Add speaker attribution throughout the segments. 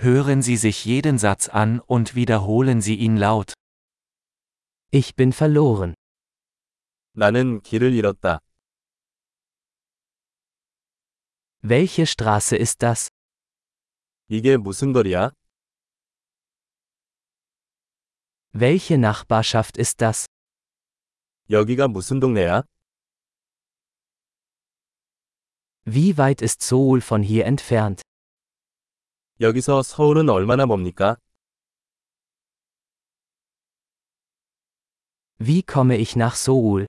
Speaker 1: Hören Sie sich jeden Satz an und wiederholen Sie ihn laut.
Speaker 2: Ich bin verloren.
Speaker 3: 나는 길을 잃었다.
Speaker 2: Welche Straße ist das?
Speaker 3: 이게 무슨 거리야?
Speaker 2: Welche Nachbarschaft ist das?
Speaker 3: 여기가 무슨 동네야?
Speaker 2: Wie weit ist Seoul von hier entfernt?
Speaker 3: 여기서 서울은 얼마나 멉니까?
Speaker 2: Wie komme ich nach Seoul?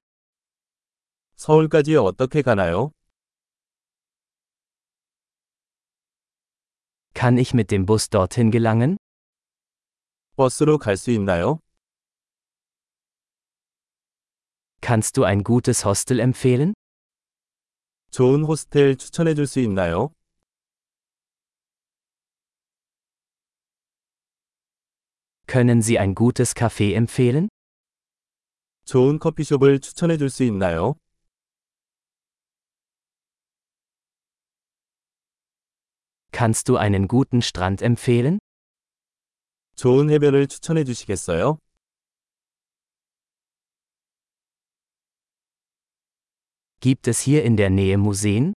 Speaker 3: 서울까지 어떻게 가나요?
Speaker 2: Kann ich mit dem Bus dorthin gelangen?
Speaker 3: 버스로 갈 수 있나요?
Speaker 2: Kannst du ein gutes Hostel empfehlen?
Speaker 3: 좋은 호스텔 추천해 줄 수 있나요?
Speaker 2: Können Sie ein gutes Café empfehlen?
Speaker 3: 좋은 커피숍을 추천해 줄 수 있나요?
Speaker 2: Kannst du einen guten Strand empfehlen?
Speaker 3: 좋은 해변을 추천해 주시겠어요?
Speaker 2: Gibt es hier in der Nähe Museen?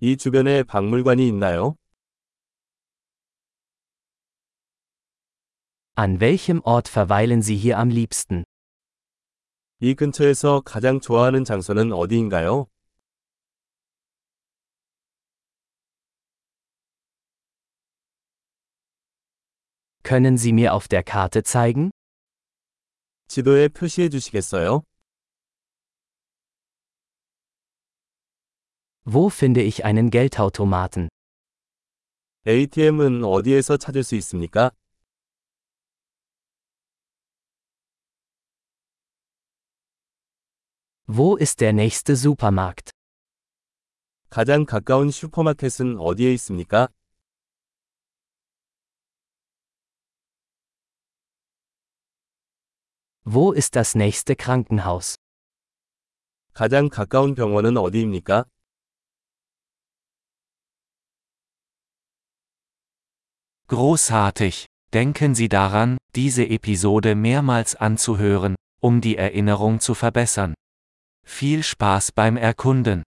Speaker 3: 이 주변에 박물관이 있나요?
Speaker 2: An welchem Ort verweilen Sie hier am liebsten?
Speaker 3: 이 근처에서 가장 좋아하는 장소는 어디인가요?
Speaker 2: Können Sie mir auf der Karte zeigen?
Speaker 3: 지도에 표시해 주시겠어요?
Speaker 2: Wo finde ich einen Geldautomaten?
Speaker 3: ATM은 어디에서 찾을 수 있습니까?
Speaker 2: Wo ist der nächste Supermarkt?
Speaker 3: 가장 가까운 슈퍼마켓은 어디에 있습니까?
Speaker 2: Wo ist das nächste Krankenhaus?
Speaker 3: 가장 가까운 병원은 어디입니까?
Speaker 1: Großartig! Denken Sie daran, diese Episode mehrmals anzuhören, um die Erinnerung zu verbessern. Viel Spaß beim Erkunden!